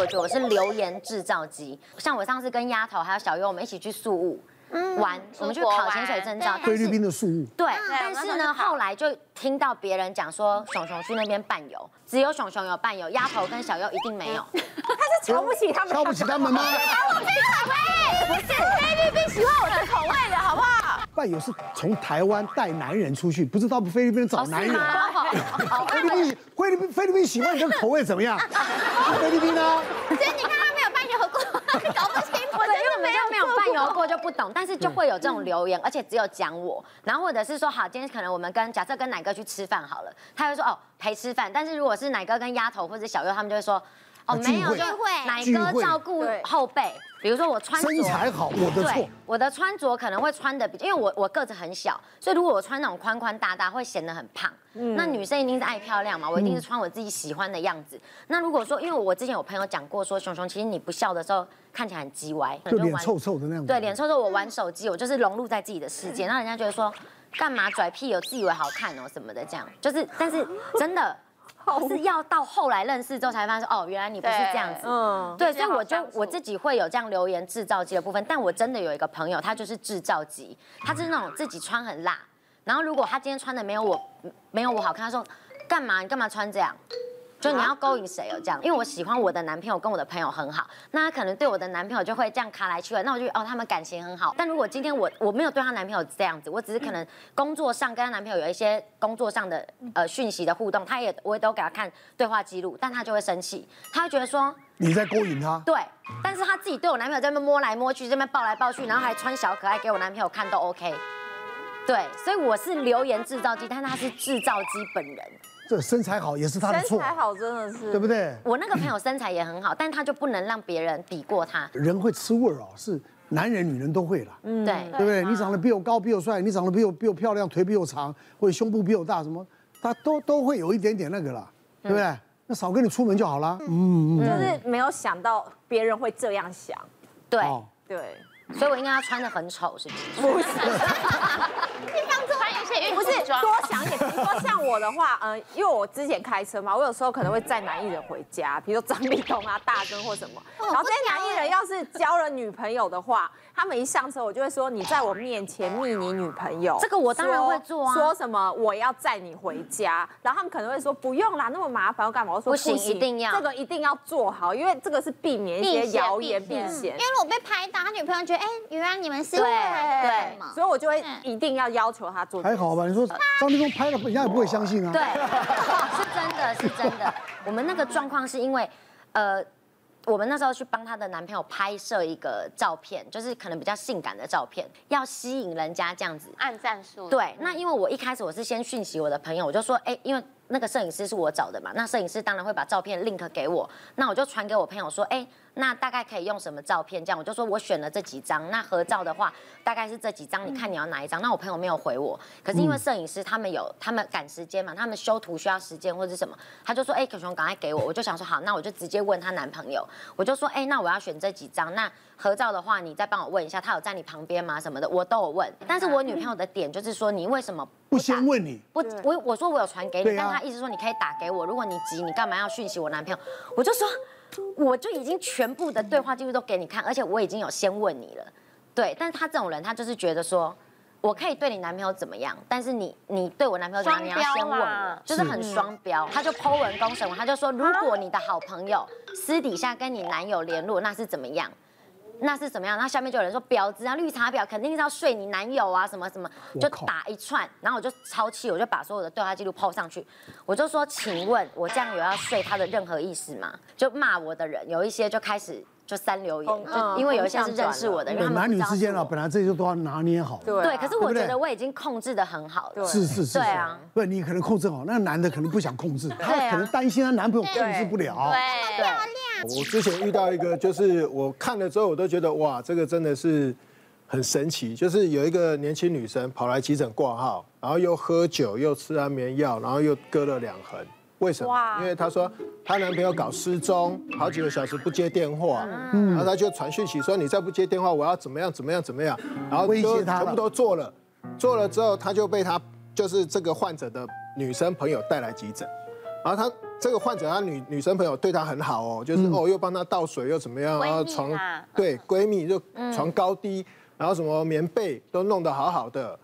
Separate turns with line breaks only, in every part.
我觉得我是留言制造机，像我上次跟丫头还有小优，我们一起去宿务玩，我们去
嗯出国
考
玩啊
潜水证照。
菲律宾的树屋，
对，
我
但
们啊那时候
是呢，
就考
后来就听到别人讲说，熊熊去那边伴游，只有熊熊有伴游，丫头跟小优一定没有。
瞧不起他们，瞧不起他们吗？
喜欢我的口味的好不好？
伴游是从台湾带男人出去，不是到菲律宾找男人。菲律宾，菲律宾，菲律宾喜欢你这个口味怎么样？去菲律宾啊呢？
所以你看他没有伴游过，搞不清我
对，因为我
真的没
们就
有
没有伴游过就不懂，但是就会有这种留言，而且只有讲我，然后或者是说好，今天可能我们跟假设跟奶哥去吃饭好了，他会说哦陪吃饭，但是如果是奶哥跟丫头或者小优，他们就会说哦
啊
没有，
聚会
就奶
聚
哥
会
照顾
对
后辈，比如说我穿着
身材好，我的错
对。，我的穿着可能会穿的比，因为我我个子很小，所以如果我穿那种宽宽大大，会显得很胖。
嗯
那女生一定是爱漂亮嘛，我一定是穿我自己喜欢的样子。那如果说，因为我之前有朋友讲过说，熊熊其实你不笑的时候看起来很叽歪，可
就
能
脸
玩
臭臭的那种
对，脸臭臭，我玩手机，我就是融入在自己的世
嗯
界，让人家觉得说干嘛拽屁有自以为好看哦什么的，这样就是，但是真 的。是要到后来认识之后才发现说，哦，原来你不是这样子。
对
嗯，对，所以
好
我就
相处
我自己会有这样留言制造机的部分，但我真的有一个朋友，他就是制造机，他是那种自己穿很辣，然后如果他今天穿的没有我没有我好看，他说干嘛你干嘛穿这样？就你要勾引谁哦这样，因为我喜欢我的男朋友跟我的朋友很好，那他可能对我的男朋友就会这样卡来去了，那我就觉得哦他们感情很好。但如果今天我我没有对她男朋友这样子，我只是可能工作上跟她男朋友有一些工作上的呃讯息的互动，她也我也都给她看对话记录，但她就会生气，她会觉得说
你在勾引他，
对，但是她自己对我男朋友在那边摸来摸去，这边抱来抱去，然后还穿小可爱给我男朋友看都 OK。对，所以我是留言制造机，但她是制造机本人。
这身材好也是他的
身
错，
材好真的是
对不对？
我那个朋友身材也很好，但他就不能让别人比过他。
人会吃味儿哦，是男人女人都会啦。
嗯
嗯
对，
对不对？你长得比我高，比我帅，你长得比我比我漂亮，腿比我长，或者胸部比我大，什么，他都都会有一点点那个啦，对不对？那少跟你出门就好啦。嗯，
就是没有想到别人会这样想，
对，
哦，
对，
所以我应该要穿的很丑，是不是？
不 是
穿一些运
不
动
是
装，
多想一点，比如说像我的话， 嗯，因为我之前开车嘛，我有时候可能会载男艺人回家，比如说张立东啊、大根或 什么，
哦
然后这些
啊
男艺人要是交了女朋友的话，他们一上车我就会说你在我面前密你女朋友，
这个我当然会做啊
说说什么我要载你回家，然后他们可能会说不用啦，那么麻烦要干嘛？我说
不行一定要
这个一定要做好，因为这个是避免一
避
些
嫌
谣言
避
避
嫌嗯
嫌
因。为我被拍到，他女朋友觉得，哎，原来你们是为了
对嗯
什么？
所以我就会一定要要求他做这
还
件事。
好吧？你说张立东拍了，人家也不会相信啊。
对，是真的，是真的。我们那个状况是因为，呃，我们那时候去帮她的男朋友拍摄一个照片，就是可能比较性感的照片，要吸引人家这样子。
按战术，
对，哦那因为我一开始我是先讯息我的朋友，我就说，哎、因为那个摄影师是我找的嘛，那摄影师当然会把照片 link 给我，那我就传给我朋友说，哎、那大概可以用什么照片？这样我就说我选了这几张，那合照的话大概是这几张，你看你要哪一张？那我朋友没有回我，可是因为
嗯
摄影师他们有他们赶时间嘛，他们修图需要时间或者是什么，他就说，哎、可熊赶快给我，我就想说好，那我就直接问她男朋友，我就说，哎、那我要选这几张，那合照的话你再帮我问一下，他有在你旁边吗？什么的，我都有问，但是我女朋友的点就是说，你为什么
不
打
先问你，
我我我说我有传给你，
对啊
但他一直说你可以打给我，如果你急，你干嘛要讯息我男朋友？我就说，我就已经全部的对话记录都给你看，而且我已经有先问你了，对。但是他这种人，他就是觉得说，我可以对你男朋友怎么样，但是你你对我男朋友怎么样，你要
双
先
标
问
啦啊
我，就是很双标。他就剖文公审我，他就说，如果你的好朋友私底下跟你男友联络，那是怎么样？那是怎么样？然后下面就有人说婊子啊，绿茶婊肯定是要睡你男友啊，什么什么，
我
就
靠
打一串。然后我就超气，我就把所有的对话记录抛上去，我就说，请问我这样有要睡他的任何意思吗？就骂我的人有一些就开始就三留言，就
嗯
因为有一些是认识我的，因为他们
哦男
不知
女
道
之间啊，
是我
本来这些都要拿捏好。
对啊
对，可是我
对不对
觉得我已经控制的很好了，
是是是。
对啊
是，不，你可能控制好，那男的可能不想控制，
对
他
啊
可能担心他男朋友控制不了。
对，
对。
我之前遇到一个，就是我看了之后，我都觉得哇，这个真的是很神奇。就是有一个年轻女生跑来急诊挂号，然后又喝酒，又吃安眠药，然后又割了两痕。为什么？
哇
因为她说她男朋友搞失踪，好几个小时不接电话，然后她就传讯息说你再不接电话，我要怎么样怎么样怎么样，然后
威胁
都
她了
全部都做了，做了之后，她就被她就是这个患者的女生朋友带来急诊。然后他这个患者她女女生朋友对她很好哦，就是、哦又帮她倒水又怎么样，
闺蜜啊嗯
然后床
啦
对闺蜜就床高低，然后什么棉被都弄得好好的，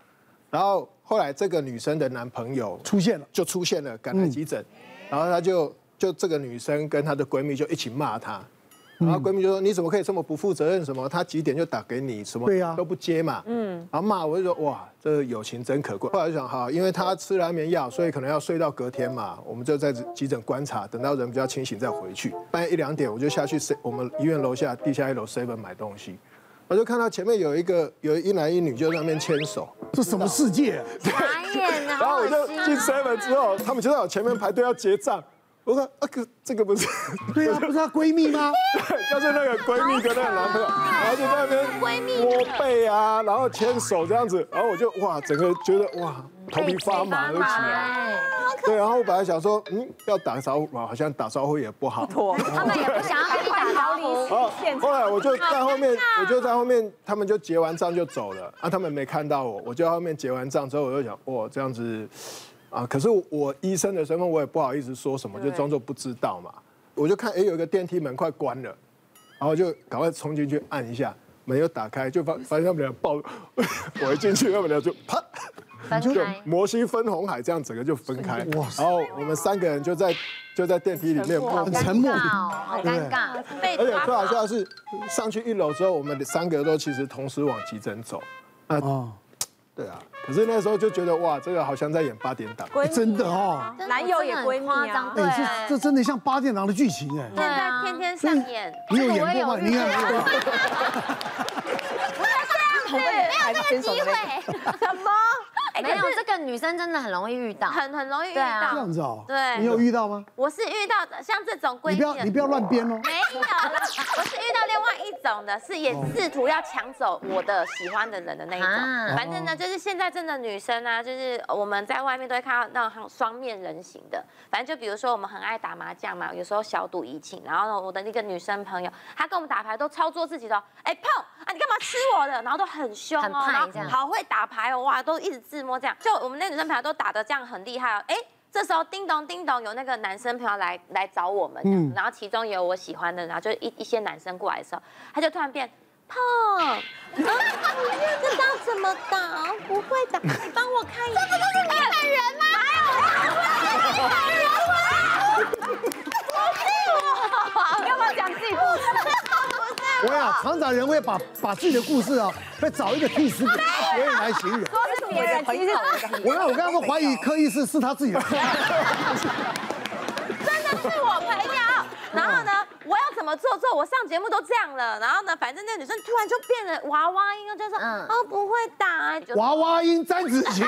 然后后来这个女生的男朋友
出现了，
就出现了赶来急诊，然后她就就这个女生跟她的闺蜜就一起骂她。然后闺蜜就说：“你怎么可以这么不负责任？什么？她几点就打给你，什么
对呀
都不接嘛。”嗯，然后骂我就说：“哇，这个友情真可贵。”后来就想，好，因为她吃了安眠药，所以可能要睡到隔天嘛，我们就在急诊观察，等到人比较清醒再回去。半夜一两点，我就下去 se- 我们医院楼下地下一楼 seven 买东西，我就看到前面有一个有一男一女就在那边牵手，
这什么世界？
傻眼啊！
然后我
好
就
恶心啊
进 seven 之后，他们就在我前面排队要结账。我说啊，可这个不是，
对啊，不是她闺蜜吗？
就是那个闺蜜跟那个男朋友，然后就在那边摸背啊，然后牵手这样子，然后我就哇，整个觉得哇，头皮发麻都起来。
哎
对，然后我本来想说，嗯，要打招呼，好像打招呼也不 好。
妥。
他们也不想要跟你打招
哦
呼。
然后
哦
后来我就在后面，我就在后面，他们就结完账就走了啊，他们没看到我，我就在后面结完账之后，我就想，哇，这样子啊，可是我医生的身份，我也不好意思说什么，就装作不知道嘛。我就看，哎，有一个电梯门快关了，然后就赶快冲进去按一下，门又打开，就发发现他们俩抱， 我一进去，他们俩就啪。
分
就
开
摩西分红海，这样整个就分开。
哇
哇！
塞
然后我们三个人就在就在电梯里面默
很沉默
尴。尬哦，好尴尬。
哎
被
而且最好笑的是，上去一楼之后，我们三个都其实同时往急诊走。
哦，
对啊，可是那时候就觉得哇，这个好像在演八点档。
闺蜜
真的哦，
男友也闺蜜啊，
对
哎，这这真的像八点档的剧情哎。
现
啊
在天天上演，
你有演过吗？
我也有
你看没有？
还是牵手
机
的那个
会。
没有这个女生真的很容易遇到，
哎很很容易遇
对啊
这
到
样。子哦。
对
你有遇到吗？
我是遇到的像这种闺
你
蜜
不要，
的，
你不要乱编哦。
没有啦，我是遇到另外一种的，是也试图要抢走我的喜欢的人的那一
啊
种。反正呢，就是现在真的女生啊，就是我们在外面都会看到那种双面人型的。反正就比如说我们很爱打麻将嘛，有时候小赌怡情。然后呢，我的那个女生朋友，她跟我们打牌都操作自己的哦，哎碰啊，你干嘛吃我的？然后都很凶
很
哦，
派
然后
这样
好会打牌哦，哇，都一直自摸这样。就我们那女生朋友都打的这样很厉害哦，哎。这时候叮咚叮咚，有那个男生朋友来来找我们，嗯，然后其中也有我喜欢的，然后就一一些男生过来的时候，他就突然变碰，啊，这招怎么打？不会打，你帮我看一下。哎这不是日本人吗？
干嘛讲自己不
我呀，常常人会把把自己的故事啊，会找一个替死鬼别人来形容。
都是别人，其 实是我的朋友
我让我刚刚怀疑柯医师是他自己的。
是我朋友。然后呢，我要怎么做做？我上节目都这样了。然后呢，反正那女生突然就变了娃娃音，就说
嗯
哦不会打，就
娃娃音詹子晴，
是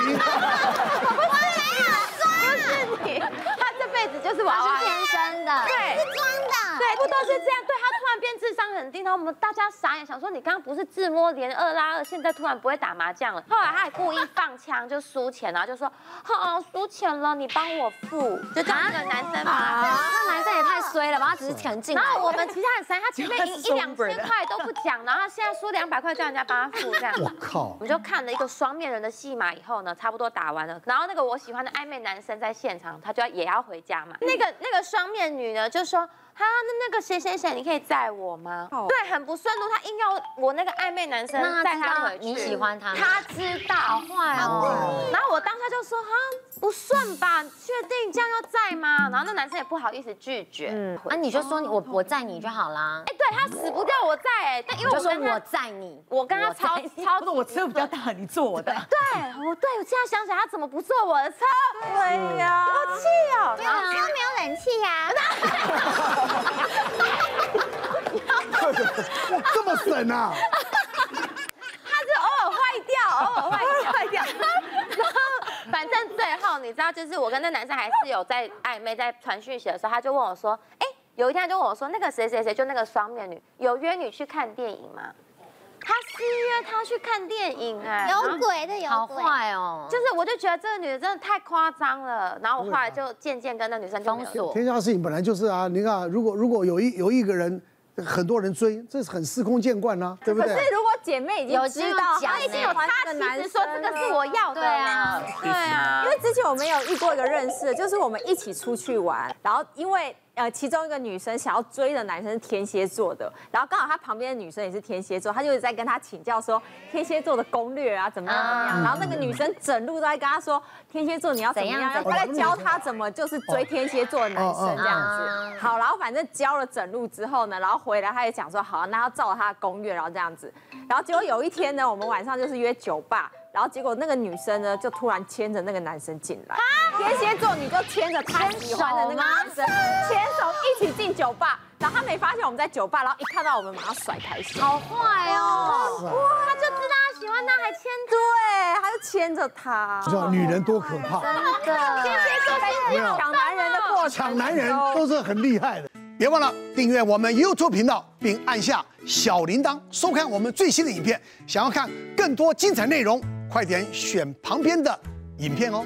你，她这辈子就是娃
她
娃
是
音。
天生的。
对。
真的，
对，不都是这样？对他突然变智商很低，然后我们大家傻眼，想说你刚刚不是自摸连二拉二，现在突然不会打麻将了。后来他还故意放枪，就输钱，然后就说：“哦，输钱了，你帮我付。”啊就叫那个男生嘛。
那男生也太衰了吧，他只是钱进来
然。后我们其他很傻眼，他前面赢一两
就是
千块都不讲，然后他现在输两百块叫人家帮他付这样。
我靠
我！们就看了一个双面人的戏码以后呢，差不多打完了，然后那个我喜欢的暧昧男生在现场，他就要也要回家嘛。那个那个双面女呢就说。哈，那那个谁谁谁，你可以载我吗？
哦
对，很不顺路，他硬要我那个暧昧男生
那他
载
知
他
道
回去。
你喜欢他吗
他知道，
坏哦，
然后我当下就说哈，不顺吧？确定这样要载吗？然后那男生也不好意思拒绝。嗯，
那你就说你我我载你就好啦
哎，，对他死不掉我载，哎但因为
你就
我
说
跟
我
他，
载你，
我跟他超
我载你
超
不是我车比较大，你坐我的。
对，我对我现在想起来，他怎么不坐我的车？
对呀，
好气哦！
对啊，车没有冷气呀，
哇，这么省啊！
他是偶尔坏掉，偶尔坏掉，坏掉。然后反正最后你知道，就是我跟那男生还是有在暧昧，在传讯息的时候，他就问我说：“哎，有一天他就问我说，那个谁谁谁，就那个双面女，有约你去看电影吗？”他私约他去看电影哎、然后
有鬼的有
好
鬼。
坏哦，
就是我就觉得这个女的真的太夸张了，然后我后来就渐渐跟那女生就没有
封锁
天下事情本来就是啊，你看啊，如果如果有一有一个人，很多人追，这是很司空见惯呐、对不
可
对？
是如果姐妹已
有
经知
经有
道，
讲
她已经有
欸
她
哎他
的
其
男
实
生
说这个是我要的
对啊
呢，对啊
因，为之前我们有遇过一个认识的，就是我们一起出去玩，然后因为呃其中一个女生想要追的男生是天蝎座的，然后刚好她旁边的女生也是天蝎座，她就一直在跟她请教说天蝎座的攻略啊怎么样怎么样，然后那个女生整路都在跟她说天蝎座你要怎么样，
怎样
然后她在教她怎么就是追天蝎座的男
哦
生这样
啊
子。好，然后反正教了整路之后呢，然后回来她也讲说好，那要照她的攻略，然后这样子，然后结果有一天呢，我们晚上就是约酒吧。然后结果那个女生呢，就突然牵着那个男生进来。
啊
天蝎座你就牵着他喜欢的那个男生，牵手一起进酒吧。然后他没发现我们在酒吧，然后一看到我们马上甩开手。
好坏哦，哇，他就知道他喜欢他，还牵着。
对，他就牵着他
你。知道女人多可怕，
天蝎座是
没有
抢男人的过程，
抢男人都是很厉害的。别忘了订阅我们 YouTube 频道，并按下小铃铛，收看我们最新的影片。想要看更多精彩内容，快点选旁边的影片哦。